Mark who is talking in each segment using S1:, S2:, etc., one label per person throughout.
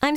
S1: I'm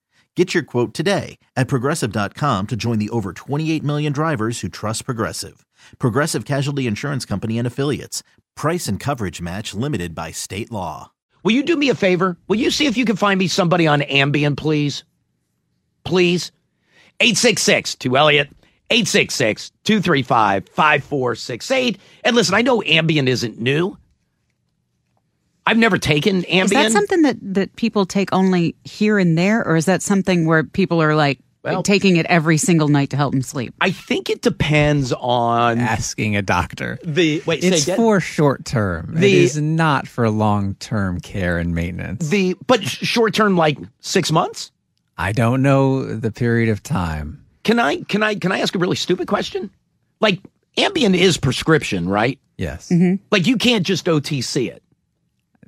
S2: Get your quote today at progressive.com to join the over 28 million drivers who trust Progressive. Progressive Casualty Insurance Company and Affiliates. Price and coverage match limited by state law.
S3: Will you do me a favor? Will you see if you can find me somebody on Ambien, please? Please? 866 to Elliot, 866 235 5468. And listen, I know Ambien isn't new. I've never taken Ambien.
S4: Is that something that, that people take only here and there, or is that something where people are like
S3: Well-
S4: taking it every single night to help them sleep?
S3: I think it depends on
S4: Uh,
S5: asking a doctor.
S3: the. Wait, say
S5: It's
S3: again?
S5: for short term. it
S3: The-
S5: is not for long term care and maintenance.
S3: the. But short term, like six months?
S5: I don't know the period of time.
S3: Can I, can I, can I ask a really stupid question? Like, Ambien is prescription, right?
S5: Yes.
S3: Like, you can't just OTC it.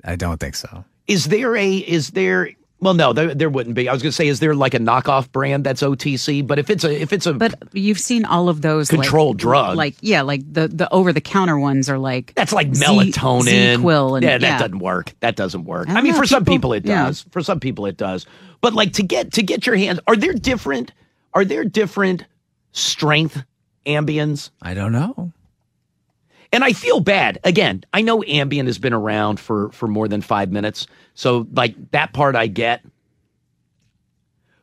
S5: I don't think so.
S3: is there a is there well no there, there wouldn't be i was going to say is there like a knockoff brand that's otc but if it's a if it's a
S4: But you've seen all of those like-
S3: Controlled drug.
S4: like yeah, like the the over the counter ones are like
S3: that's like
S4: Z-
S3: melatonin
S4: Zquil, and
S3: yeah that doesn't work that doesn't work
S4: I
S3: i,
S4: don't
S3: mean
S4: know,
S3: for some
S4: people-
S3: people it
S4: yeah.
S3: does for some people it does but like to get to get your hands are there different are there different strength ambience
S5: I don't know.
S3: and I feel bad. Again, I know Ambien has been around for for more than five minutes, so like that part I get.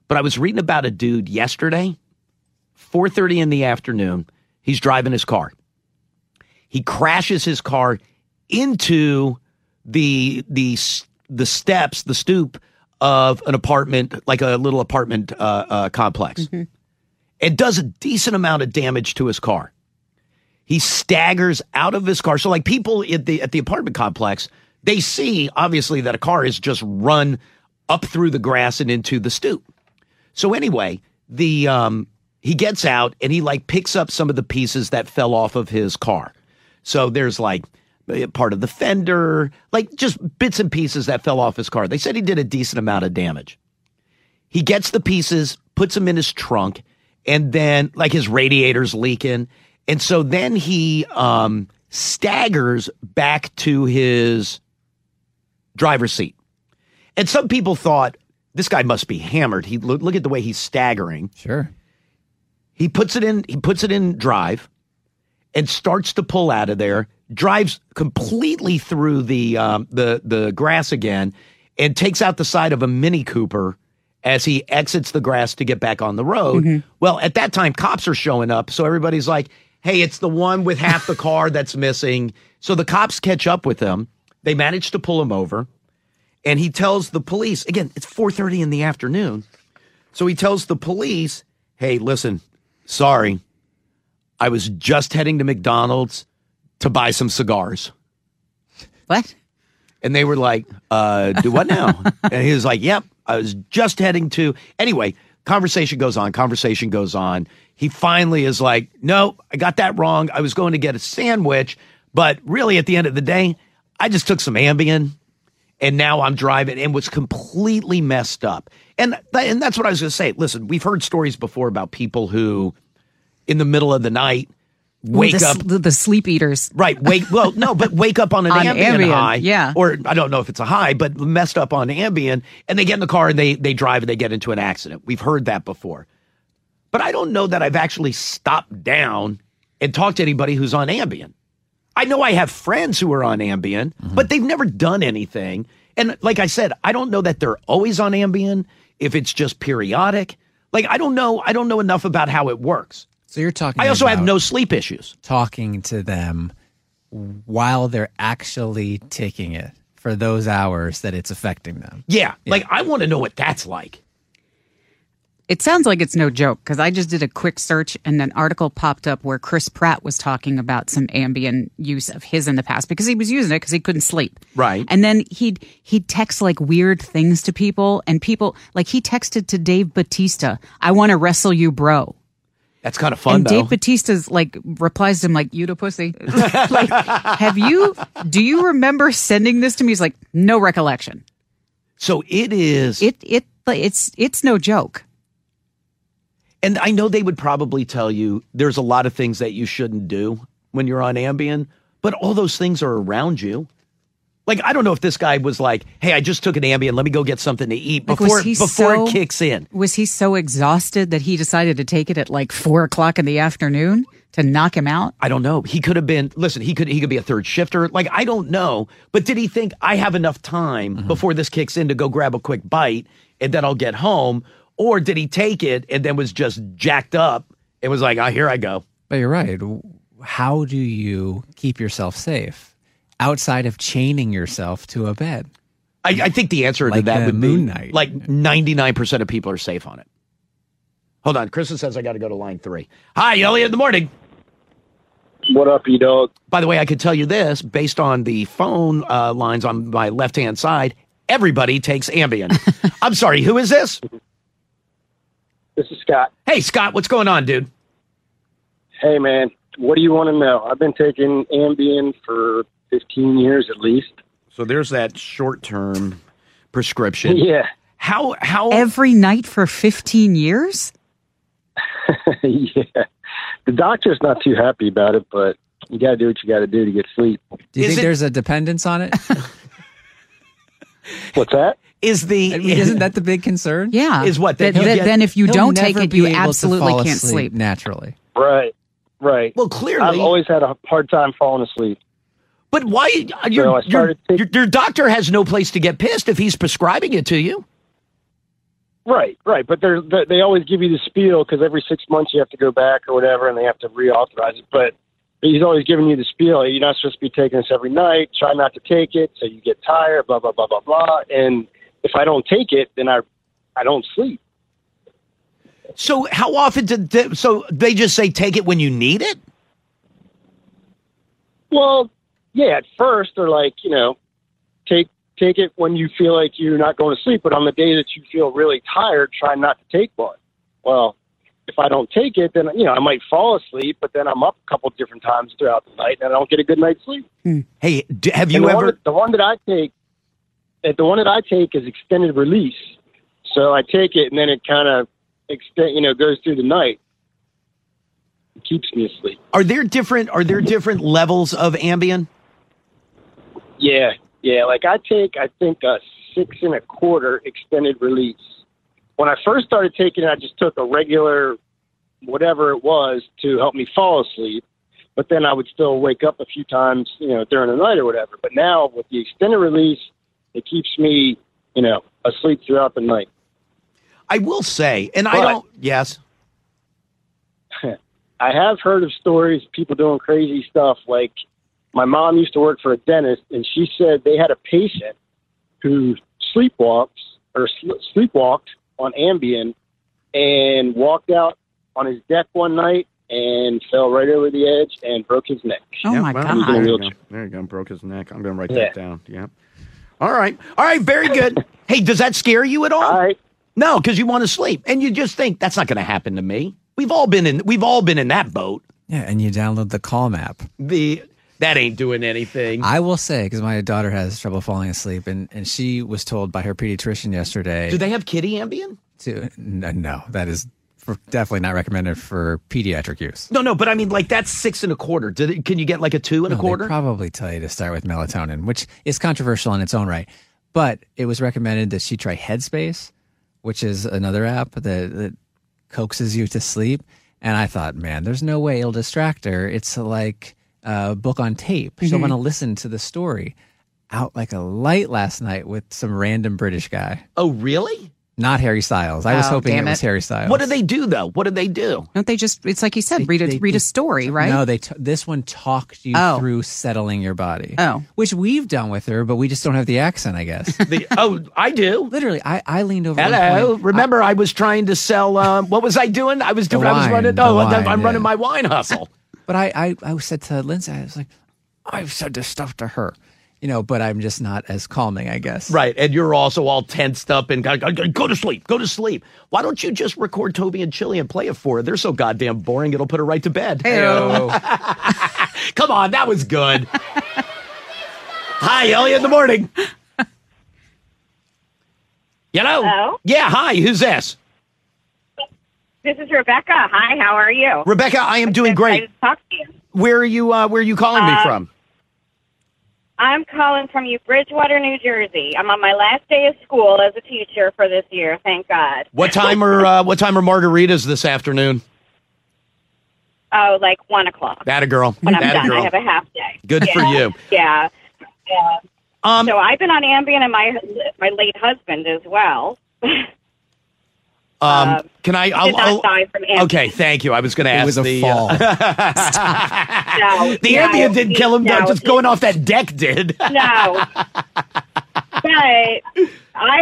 S3: But I was reading about a dude yesterday, four thirty in the afternoon. He's driving his car. He crashes his car into the the s- the steps, the stoop of an apartment, like a little apartment uh, uh, complex. It does a decent amount of damage to his car. He staggers out of his car. So, like people at the at the apartment complex, they see obviously that a car has just run up through the grass and into the stoop. So anyway, the um, he gets out and he like picks up some of the pieces that fell off of his car. So there's like a part of the fender, like just bits and pieces that fell off his car. They said he did a decent amount of damage. He gets the pieces, puts them in his trunk, and then like his radiator's leaking. And so then he um, staggers back to his driver's seat. And some people thought this guy must be hammered. He look, look at the way he's staggering.
S5: Sure.
S3: He puts it in he puts it in drive and starts to pull out of there, drives completely through the um, the the grass again, and takes out the side of a Mini Cooper as he exits the grass to get back on the road. Well, at that time, cops are showing up, so everybody's like, "Hey, it's the one with half the car that's missing." So the cops catch up with him. They manage to pull him over, and he tells the police again. It's four thirty in the afternoon, so he tells the police, "Hey, listen, sorry." I was just heading to McDonald's to buy some cigars.
S4: what?
S3: And they were like, uh, do what now? and he was like, yep, I was just heading to. Anyway, conversation goes on, conversation goes on. He finally is like, no, I got that wrong. I was going to get a sandwich, but really at the end of the day, I just took some Ambien and now I'm driving and was completely messed up. And, th- and that's what I was going to say. Listen, we've heard stories before about people who in the middle of the night wake
S4: the,
S3: up
S4: s- the, the sleep eaters.
S3: Right. Wake. Well, no, but wake up on an
S4: On
S3: Ambien,
S4: Ambien,
S3: high.
S4: yeah.
S3: Or I don't know if it's a high, but messed up on Ambien, and they get in the car and they they drive and they get into an accident. We've heard that before, but I don't know that I've actually stopped down and talked to anybody who's on Ambien. I know I have friends who are on Ambien, but they've never done anything. And like I said, I don't know that they're always on Ambien. If it's just periodic, like I don't know. I don't know enough about how it works.
S5: So you're talking.
S3: I also have
S5: about
S3: no sleep issues.
S5: talking to them while they're actually taking it for those hours that it's affecting them.
S3: Yeah. Like, I want to know what that's like.
S4: It sounds like it's no joke because I just did a quick search and an article popped up where Chris Pratt was talking about some Ambien use of his in the past because he was using it because he couldn't sleep.
S3: Right.
S4: And then he'd he'd text like weird things to people and people like he texted to Dave Batista, "I want to wrestle you, bro."
S3: That's kind of fun,
S4: and
S3: though.
S4: Dave Batista's like replies to him like, "You to pussy." like, have you? Do you remember sending this to me? He's like, "No recollection."
S3: so it is.
S4: It it it's it's no joke.
S3: And I know they would probably tell you there's a lot of things that you shouldn't do when you're on Ambien, but all those things are around you. Like I don't know if this guy was like, "Hey, I just took an Ambien. Let me go get something to eat
S4: Like,
S3: before
S4: was he
S3: before
S4: so-
S3: it kicks in."
S4: Was he so exhausted that he decided to take it at like four o'clock in the afternoon to knock him out?
S3: I don't know. He could have been. Listen, he could he could be a third shifter. Like I don't know. But did he think I have enough time
S5: Mm-hmm.
S3: before this kicks in to go grab a quick bite and then I'll get home, or did he take it and then was just jacked up and was like, "Ah, here I go."
S5: But you're right. W- How do you keep yourself safe outside of chaining yourself to a bed?
S3: I, I think the answer to
S5: Like
S3: that
S5: the
S3: would
S5: Moon
S3: be
S5: Knight.
S3: like 99% of people are safe on it. Hold on. Kristen says I got to go to line three. Hi, Elliot in the morning.
S6: What up, you dog?
S3: By the way, I could tell you this based on the phone uh, lines on my left hand side, everybody takes Ambien. I'm sorry, who is this?
S6: This is Scott.
S3: Hey, Scott, what's going on, dude?
S6: Hey, man, what do you want to know? I've been taking Ambien for 15 years at least.
S3: So there's that short term prescription.
S6: Yeah,
S3: How, how,
S4: Every night for 15 years?
S6: yeah. The doctor's not too happy about it, but you got to do what you got to do to get sleep.
S5: Do you
S3: Is
S5: think
S3: it-
S5: there's a dependence on it?
S6: What's that?
S3: is the,
S5: I mean, isn't that the big concern?
S4: Yeah.
S3: Is what, that
S4: That-
S3: he'll
S4: that-
S3: get-
S4: then if you
S5: He'll
S4: don't
S5: never
S4: take it,
S5: be
S4: you
S5: able to
S4: absolutely
S5: fall
S4: can't sleep.
S5: asleep naturally.
S6: Right, right.
S3: well, clearly,
S6: I've always had a hard time falling asleep.
S3: but why, uh, your-
S6: I
S3: your-
S6: started taking-
S3: your, your doctor has no place to get pissed if he's prescribing it to you.
S6: Right, right. But they're, they they always give you the spiel because every six months you have to go back or whatever, and they have to reauthorize it. But he's always giving you the spiel. You're not supposed to be taking this every night. Try not to take it so you get tired. Blah blah blah blah blah. And if I don't take it, then I I don't sleep.
S3: So how often did they, so they just say take it when you need it?
S6: Well, yeah. At first, they're like, you know, take take it when you feel like you're not going to sleep. But on the day that you feel really tired, try not to take one. Well, if I don't take it, then you know I might fall asleep, but then I'm up a couple different times throughout the night, and I don't get a good night's sleep.
S3: Hey, d- have
S6: And
S3: you
S6: the one,
S3: ever
S6: that- the one that I take, eh, the one that I take is extended release. So I take it, and then it kind of extend, you know, goes through the night. It keeps me asleep.
S3: are there different are there different levels of Ambien?
S6: Yeah, yeah. Like I take, I think a six and a quarter extended release. When I first started taking it, I just took a regular, whatever it was, to help me fall asleep. But then I would still wake up a few times, you know, during the night or whatever. But now with the extended release, it keeps me, you know, asleep throughout the night.
S3: I will say, and I
S6: But-
S3: don't yes.
S6: I have heard of stories people doing crazy stuff. Like my mom used to work for a dentist, and she said they had a patient who sleepwalks or sl- sleepwalked on Ambien and walked out on his deck one night and fell right over the edge and broke his neck.
S4: Oh my
S6: There
S4: God.
S6: you go.
S3: There you go. Broke his neck. I'm gonna write
S6: that Yeah.
S3: down. Yeah. All right. All right, very good. hey, does that scare you at all?
S6: All right.
S3: No, because you want to sleep. And you just think that's not gonna happen to me. We've all been in we've all been in that boat.
S5: Yeah, and you download the Calm app.
S3: The that ain't doing anything.
S5: I will say, because my daughter has trouble falling asleep, and, and she was told by her pediatrician yesterday
S3: Do they have kitty Ambien?
S5: to n- no, that is for, definitely not recommended for pediatric use.
S3: No, no, but I mean, like that's six and a quarter. Did it, can you get like a two and a
S5: No, they
S3: quarter?
S5: Oh, probably tell you to start with melatonin, which is controversial in its own right. But it was recommended that she try Headspace, which is another app that, that coaxes you to sleep. And I thought, man, there's no way it'll distract her. It's like a book on tape. She'll want to listen to the story. Out like a light last night with some random British guy.
S3: oh, really?
S5: Not Harry Styles. I was
S4: Oh,
S5: hoping it,
S4: damn
S5: was
S4: it.
S5: Harry Styles.
S3: What do they do though? What do they do?
S4: Don't they just? It's like you said,
S5: They-
S4: read a
S5: they-
S4: read
S5: they-
S4: a story, right?
S5: No, they t- this one talked you
S4: Oh.
S5: through settling your body.
S4: Oh.
S5: Which we've done with her, but we just don't have the accent, I guess.
S3: They, oh, I do.
S5: Literally, I, I leaned over. at one
S3: Hello.
S5: point.
S3: Remember, I, was trying to sell. Um, what was I doing? I was
S5: The
S3: doing. I was
S5: wine,
S3: running.
S5: the
S3: Oh,
S5: wine,
S3: I'm running
S5: yeah.
S3: my wine hustle.
S5: But I, I, I said to Lindsay, I was like, I've said this stuff to her, you know, but I'm just not as calming, I guess.
S3: Right. And you're also all tensed up and go, go, go- go to sleep. Go to sleep. Why don't you just record Toby and Chili and play it for her? They're so goddamn boring, it'll put her right to bed.
S5: So,
S3: Oh. Come on, that was good. hi, Ellie in the morning. Hello?
S7: Hello?
S3: Yeah, hi. Who's this?
S7: This is Rebecca. Hi, how are you?
S3: Rebecca, I am doing
S7: Excited
S3: great.
S7: to talk to you.
S3: Where are you uh, where are you calling me
S7: Uh,
S3: from?
S7: I'm calling from you, Bridgewater, New Jersey. I'm on my last day of school as a teacher for this year. Thank God.
S3: What time are uh, what time are margaritas this afternoon?
S7: Oh, like one o'clock.
S3: That a girl.
S7: when I'm
S3: that
S7: done,
S3: a girl.
S7: I have a half day.
S3: Good
S7: yeah.
S3: for you.
S7: Yeah. yeah.
S3: Um,
S7: so I've been on Ambien and my my late husband as well.
S3: um, can I
S7: Did
S3: I'll,
S7: uh, not
S3: I'll-
S7: die from Ambien.
S3: Okay, thank you. I was going to ask
S5: it was a
S3: the, uh,
S5: fall.
S7: No,
S3: The
S7: no,
S3: ambient didn't
S7: he-
S3: kill him.
S7: No,
S3: No, just
S7: he-
S3: going off that deck did.
S7: No. but I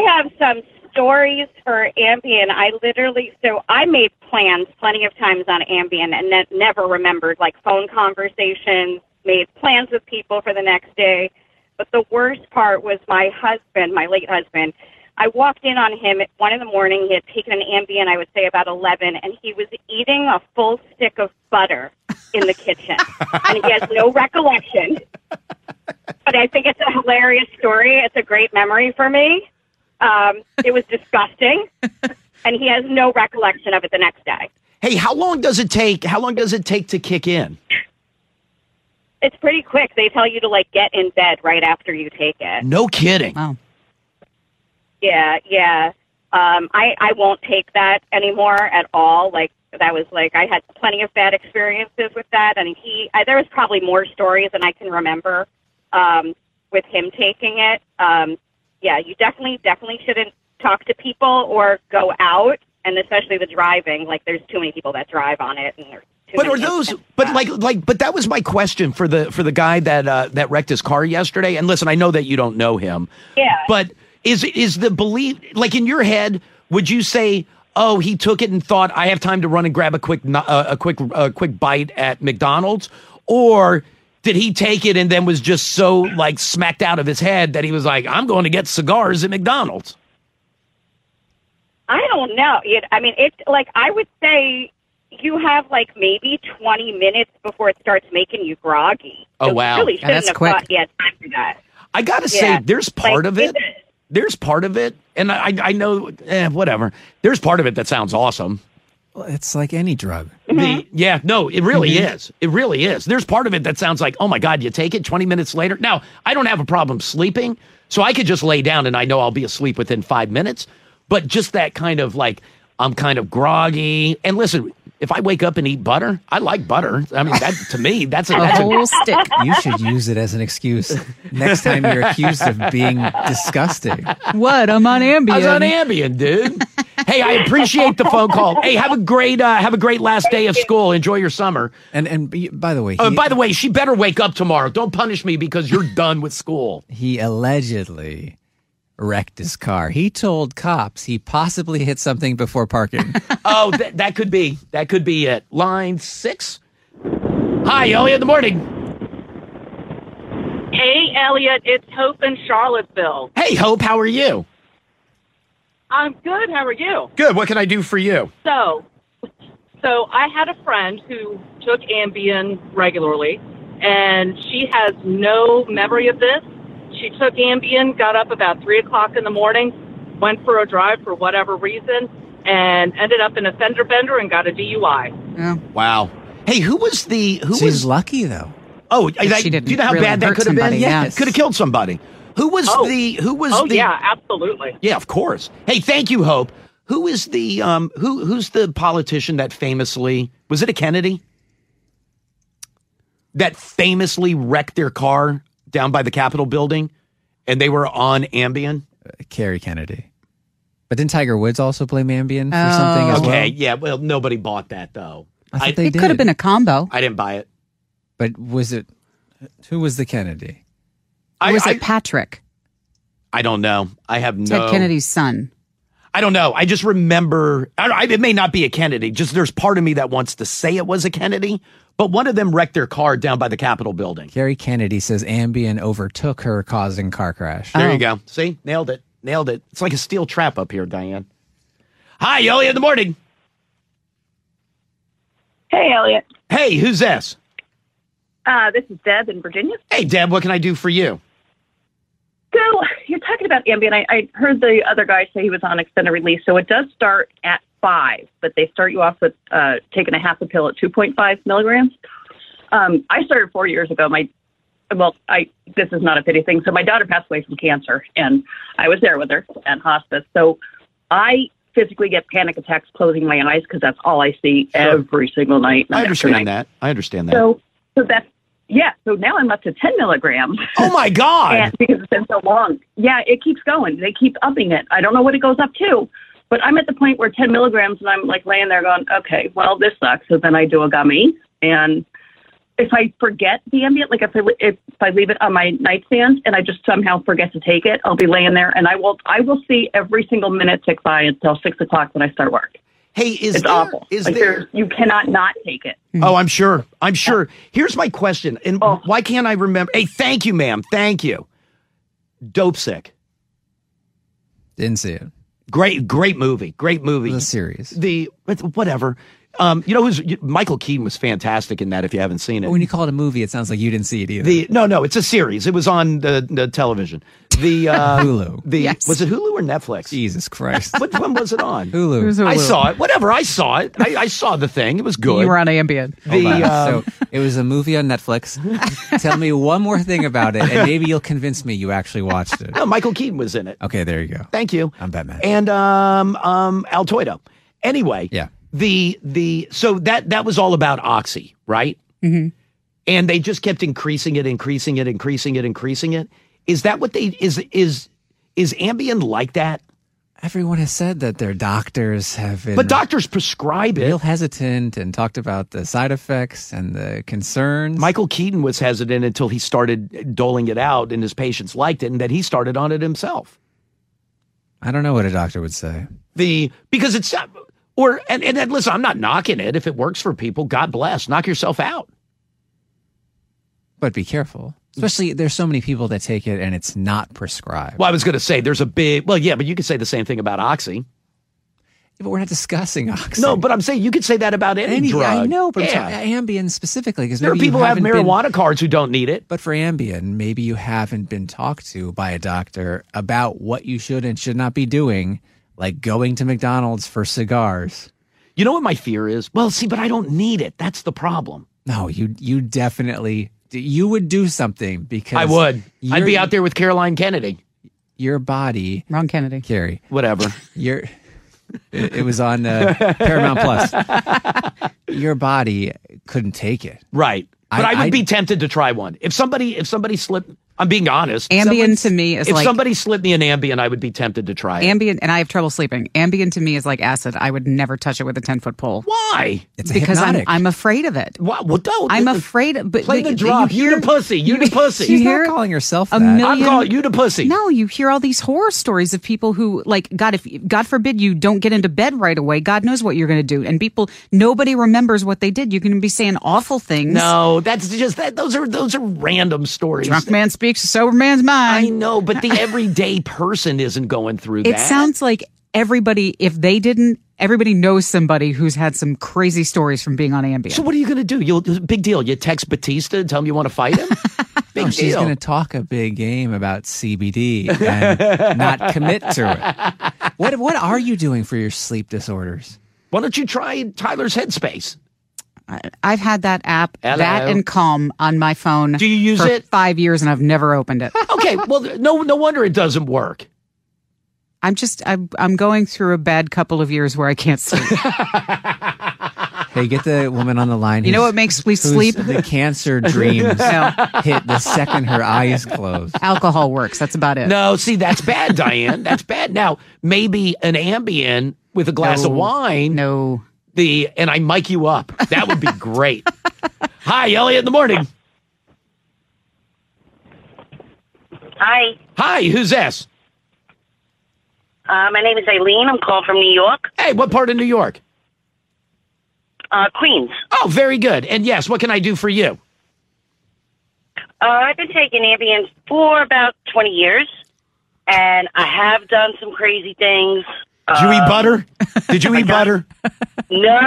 S7: have some stories for Ambien. I literally, so I made plans plenty of times on Ambien and ne- never remembered, like phone conversations, made plans with people for the next day. But the worst part was my husband, my late husband. I walked in on him at one in the morning. He had taken an Ambien, I would say about 11, and he was eating a full stick of butter in the kitchen. and he has no recollection but I think it's a hilarious story. It's a great memory for me. Um, it was disgusting, and he has no recollection of it the next day.
S3: hey, how long does it take? How long does it take to kick in?
S7: It's pretty quick. They tell you to like get in bed right after you take it.
S3: No kidding.
S4: wow.
S7: Yeah, yeah. Um, I I won't take that anymore at all. Like that was like I had plenty of bad experiences with that, and he I, there was probably more stories than I can remember um, with him taking it. Um, yeah, you definitely definitely shouldn't talk to people or go out, and especially the driving. Like there's too many people that drive on it, and there's too
S3: But
S7: many
S3: are those?
S7: incidents.
S3: But like, like, but that was my question for the for the guy that uh, that wrecked his car yesterday. And listen, I know that you don't know him.
S7: Yeah.
S3: But is is the belief like in your head? Would you say, oh, he took it and thought I have time to run and grab a quick no- uh, a quick uh, quick bite at McDonald's, or did he take it and then was just so like smacked out of his head that he was like, I'm going to get cigars at McDonald's?
S7: I don't know. It, I mean, it's like I would say you have like maybe 20 minutes before it starts making you groggy.
S3: Oh,
S7: So you
S3: wow.
S7: Really
S3: Yeah,
S7: shouldn't
S4: that's
S7: have
S4: quick.
S7: Thought, yeah, time for that.
S3: I gotta say,
S7: Yeah.
S3: there's part
S7: Like,
S3: of it.
S7: it is.
S3: There's part of it, and I I know, eh, whatever. There's part of it that sounds awesome.
S5: Well, it's like any drug.
S3: The- yeah, no, it really is. It really is. There's part of it that sounds like, oh my god, you take it 20 minutes later. Now, I don't have a problem sleeping, so I could just lay down and I know I'll be asleep within five minutes. But just that kind of like, I'm kind of groggy. And listen, if I wake up and eat butter, I like butter. I mean, that to me, that's a,
S4: A
S3: that's a
S4: whole stick.
S5: You should use it as an excuse next time you're accused of being disgusting.
S4: What? I'm on Ambien.
S3: I was on Ambien, dude. hey, I appreciate the phone call. Hey, have a great uh, have a great last day of school. Enjoy your summer.
S5: And and b- by the way, he,
S3: Uh, by the way, she better wake up tomorrow. Don't punish me because you're done with school.
S5: he allegedly wrecked his car. He told cops he possibly hit something before parking.
S3: Oh, that that could be that could be it. Line six. Hi, Ellie in the morning.
S6: Hey, Elliot, it's Hope in Charlottesville.
S3: Hey, Hope, how are you?
S6: I'm good. How are you?
S3: Good. What can I do for you?
S6: So, so I had a friend who took Ambien regularly, and she has no memory of this. She took Ambien, got up about three o'clock in the morning, went for a drive for whatever reason, and ended up in a fender bender and got a DUI.
S4: Yeah.
S3: Wow. Hey, who was the who
S5: She's
S3: was?
S5: lucky though.
S3: Oh, that,
S4: she didn't
S3: do you know how
S4: really
S3: bad that
S4: hurt
S3: could have been?
S4: somebody, yeah.
S3: could have killed somebody. Who was
S6: Oh.
S3: the who was
S6: Oh
S3: the
S6: yeah, absolutely.
S3: Yeah, of course. Hey, thank you, Hope. Who is the um who who's the politician that famously was it a Kennedy? That famously wrecked their car down by the Capitol building and they were on Ambien?
S5: Carrie Kennedy. But didn't Tiger Woods also blame Ambien for
S4: Oh,
S5: something as
S3: Oh, Okay,
S5: well?
S3: yeah. Well, nobody bought that though.
S5: I thought
S3: I-
S5: they
S4: it could have
S5: did.
S4: been a combo.
S3: I didn't buy it.
S5: But was it? Who was the Kennedy?
S4: Or
S3: I
S4: was
S3: I,
S4: it Patrick,
S3: I don't know. I have no.
S4: Ted Kennedy's son?
S3: I don't know. I just remember. I, I, it may not be a Kennedy. Just there's part of me that wants to say it was a Kennedy, but one of them wrecked their car down by the Capitol building.
S5: Gary Kennedy says Ambien overtook her, causing car crash.
S3: There
S4: Oh.
S3: you go. See, nailed it. Nailed it. It's like a steel trap up here, Diane. Hi, Elliot in the morning.
S7: Hey, Elliot.
S3: Hey, who's this?
S7: Uh, this is Deb in Virginia.
S3: Hey, Deb. What can I do for you?
S7: So you're talking about Ambien. I, I heard the other guy say he was on extended release. So it does start at five, but they start you off with uh, taking a half a pill at 2.5 milligrams. Um, I started four years ago. My well, I this is not a pity thing. So my daughter passed away from cancer, and I was there with her at hospice. So I physically get panic attacks closing my eyes because that's all I see every single night.
S3: I
S7: Every
S3: understand
S7: night.
S3: that. I understand that.
S7: So so that's yeah. So now I'm up to 10 milligrams.
S3: oh my God.
S7: and because it's been so long. Yeah, it keeps going. They keep upping it. I don't know what it goes up to, but I'm at the point where 10 milligrams, and I'm like laying there going, okay, well, this sucks. So then I do a gummy, and if I forget the ambient, like if I if I leave it on my nightstand and I just somehow forget to take it, I'll be laying there, and I will I will see every single minute tick by until six o'clock when I start work.
S3: hey, is
S7: It's
S3: there-
S7: awful.
S3: is
S7: Like,
S3: there
S7: there's- you cannot not take it.
S3: Oh, I'm sure. I'm sure. Here's my question. And
S7: Oh.
S3: why can't I remember? Hey, thank you, ma'am. Thank you. Dope sick.
S5: Didn't see it.
S3: Great, great movie. Great movie.
S5: The series.
S3: The it's- whatever. Um, you know who's you- Michael Keaton was fantastic in that. If you haven't seen
S5: But when
S3: it,
S5: you call it a movie, it sounds like you didn't see it either.
S3: the no, no, it's a series. It was on the, the television. The uh,
S5: Hulu.
S3: The
S4: Yes.
S3: was it Hulu or Netflix?
S5: Jesus Christ.
S3: Which one was it on?
S5: Hulu.
S3: I saw it. Whatever. I saw it. I, I saw the thing. It was good.
S4: You were on Ambien.
S3: the
S5: Hold on.
S3: um,
S5: so it was a movie on Netflix. Tell me one more thing about it, and maybe you'll convince me you actually watched it.
S3: no, Michael Keaton was in it.
S5: Okay, there you go.
S3: Thank you.
S5: Oh. I'm Batman.
S3: And um um Altoido. Anyway,
S5: Yeah.
S3: The the so that that was all about Oxy, right? Mm-hmm. And they just kept increasing it, increasing it, increasing it, increasing it. Is that what they is is is Ambien like that?
S5: Everyone has said that their doctors have been
S3: But doctors prescribe it.
S5: real hesitant and talked about the side effects and the concerns.
S3: Michael Keaton was hesitant until he started doling it out, and his patients liked it, and then he started on it himself.
S5: I don't know what a doctor would say.
S3: the because it's or and and, and listen, I'm not knocking it. If it works for people, God bless. Knock yourself out.
S5: But be careful. Especially there's so many people that take it and it's not prescribed.
S3: Well, I was going to say there's a big well, yeah, but you could say the same thing about oxy.
S5: But we're not discussing oxy.
S3: No, but I'm saying you could say that about any,
S5: Any-
S3: drug.
S5: I know, but
S3: yeah.
S5: I'm talking- Ambien specifically because
S3: there are people who have marijuana cards who don't need it.
S5: but for Ambien, maybe you haven't been talked to by a doctor about what you should and should not be doing, like going to McDonald's for cigars.
S3: You know what my fear is? Well, see, but I don't need it. That's the problem.
S5: No, you you definitely you would do something because
S3: I would. I'd
S5: your-
S3: be out there with Caroline Kennedy.
S5: Your body,
S4: Ron Kennedy.
S5: Carrie.
S3: Whatever.
S5: Your it, it was on uh, Paramount Plus. Your body couldn't take it.
S3: right. But
S5: I-
S3: I, would
S5: I-
S3: be tempted to try one. If somebody if somebody slipped I'm being honest.
S4: Ambien to me is
S3: if
S4: like
S3: somebody slipped me an Ambien, I would be tempted to try it.
S4: Ambien, and I have trouble sleeping. Ambien to me is like acid. I would never touch it with a ten foot pole
S3: Why?
S5: It's a
S4: because I'm
S5: hypnotic.
S4: I'm afraid of it.
S3: Why? Well, don't.
S4: I'm afraid. But
S3: Play
S4: but
S3: the drop. You,
S4: hear-
S3: the pussy. You, the pussy.
S4: you
S5: She's
S4: hear-
S5: not calling herself
S4: a
S5: that.
S4: million-
S3: I'm calling you the pussy.
S4: No, you hear all these horror stories of people who, like, God, if God forbid you don't get into bed right away, God knows what you're going to do. And people, nobody remembers what they did. You're going to be saying awful things.
S3: No, that's just that. Those are those are random stories.
S4: Drunk man speaks a sober man's mind.
S3: I know, but the everyday person isn't going through
S4: It
S3: that.
S4: sounds like everybody, if they didn't, everybody knows somebody who's had some crazy stories from being on Ambien.
S3: So what are you going to do? You'll big deal. You text Batista and tell him you want to fight him. Big
S4: Oh,
S5: No, Oh, she's
S3: deal.
S5: going to talk a big game about CBD and not commit to it. What what are you doing for your sleep disorders?
S3: Why don't you try Tyler's Headspace?
S4: I've had that app,
S3: Hello.
S4: that and Calm, on my phone.
S3: Do you use
S4: for
S3: it?
S4: Five years, and I've never opened it.
S3: Okay. Well, no, no wonder it doesn't work.
S4: I'm just, I'm, I'm going through a bad couple of years where I can't sleep.
S5: Hey, get the woman on the line.
S4: You know
S5: who's-
S4: what makes me
S5: who's-
S4: sleep?
S5: The cancer dreams
S4: No.
S5: hit the second her eyes close.
S4: Alcohol works. That's about it.
S3: No, see, that's bad, Diane. That's bad. Now, maybe an Ambien with a glass of
S4: No.
S3: wine.
S4: No.
S3: The and I mic you up. That would be great. Hi, Elliot in the morning.
S7: Hi,
S3: Hi, who's this?
S7: uh, my name is Eileen. I'm calling from New York,
S3: Hey, what part of New York?
S7: uh, Queens.
S3: Oh, very good. And yes, what can I do for you?
S7: Uh, I've been taking Ambien for about 20 years, and I have done some crazy things.
S3: Did you eat
S4: Uh,
S3: butter? Did you eat butter?
S7: No,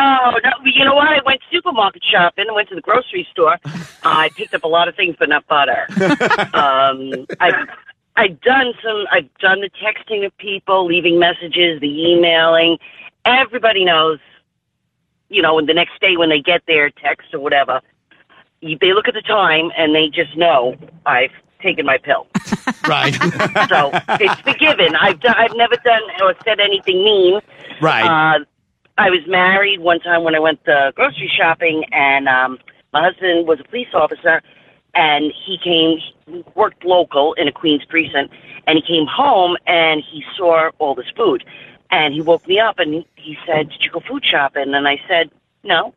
S7: no, you know what? I went supermarket shopping, I went to the grocery store. I picked up a lot of things, but not butter. um, I, I've done some. I've done the texting of people, leaving messages, the emailing. Everybody knows, you know, and the next day when they get their text or whatever, you, they look at the time and they just know I've taken my pill.
S3: Right.
S7: So it's forgiven. I've done, I've never done or said anything mean.
S3: Right.
S7: Uh, I was married one time when I went uh, grocery shopping, and um, my husband was a police officer, and he came he worked local in a Queens precinct, and he came home and he saw all this food, and he woke me up and he said, "Did you go food shopping?" And I said, "No,"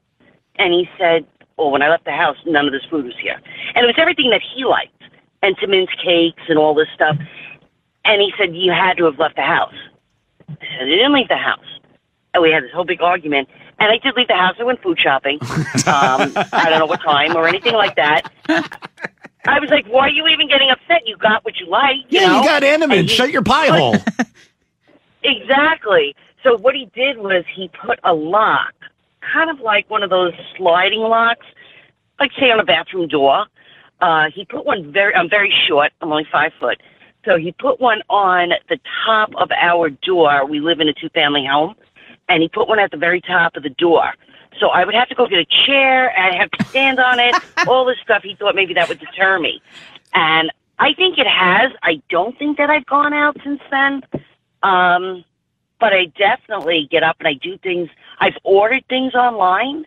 S7: and he said, "Well, when I left the house, none of this food was here, and it was everything that he liked, Entenmann's cakes and all this stuff." And he said, "You had to have left the house." I said, "I didn't leave the house." and we had this whole big argument. And I did leave the house. I went food shopping. Um, I don't know what time or anything like that. I was like, "Why are you even getting upset? You got what you like." You
S3: yeah,
S7: know?
S3: you got
S7: And
S3: Animan.
S7: he-
S3: Shut your pie hole.
S7: Exactly. So what he did was he put a lock, kind of like one of those sliding locks, like say on a bathroom door. Uh, he put one very. I'm very short. I'm only five foot. So he put one on the top of our door. We live in a two-family home, and he put one at the very top of the door. So I would have to go get a chair. I'd have to stand on it. all this stuff. He thought maybe that would deter me, and I think it has. I don't think that I've gone out since then. Um, but I definitely get up and I do things. I've ordered things online.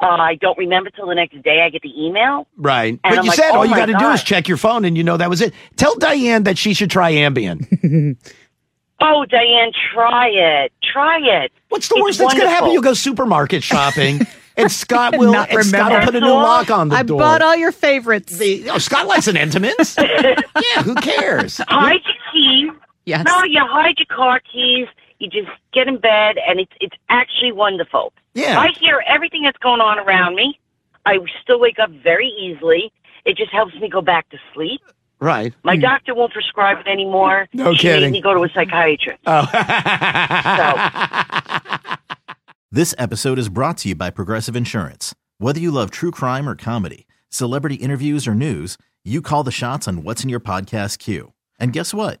S7: Uh, I don't remember till the next day. I get the email.
S3: Right.
S7: And
S3: But
S7: I'm
S3: you
S7: like,
S3: said
S7: oh
S3: all you
S7: my
S3: got to do
S7: God.
S3: is check your phone and you know that was it. Tell Diane that she should try Ambien.
S7: Oh, Diane, try it. Try it.
S3: What's the
S7: It's
S3: worst that's going to happen?
S7: wonderful.
S3: You'll go supermarket shopping and Scott will
S4: Not
S3: and Scott will
S4: remember.
S3: put a new
S7: That's all.
S3: lock on the
S4: I
S3: door.
S4: bought all your favorites.
S3: The- oh, Scott likes an Entenmann's. yeah, who cares?
S7: Hide your keys.
S4: yes.
S7: No, you hide your car keys. You just get in bed, and it's it's actually wonderful.
S3: Yeah.
S7: I hear everything that's going on around me. I still wake up very easily. It just helps me go back to sleep.
S3: Right.
S7: My doctor won't prescribe it anymore.
S3: Hmm. No
S7: she
S3: kidding.
S7: Made me go to a psychiatrist.
S3: Oh.
S2: This episode is brought to you by Progressive Insurance. Whether you love true crime or comedy, celebrity interviews or news, you call the shots on what's in your podcast queue. And guess what?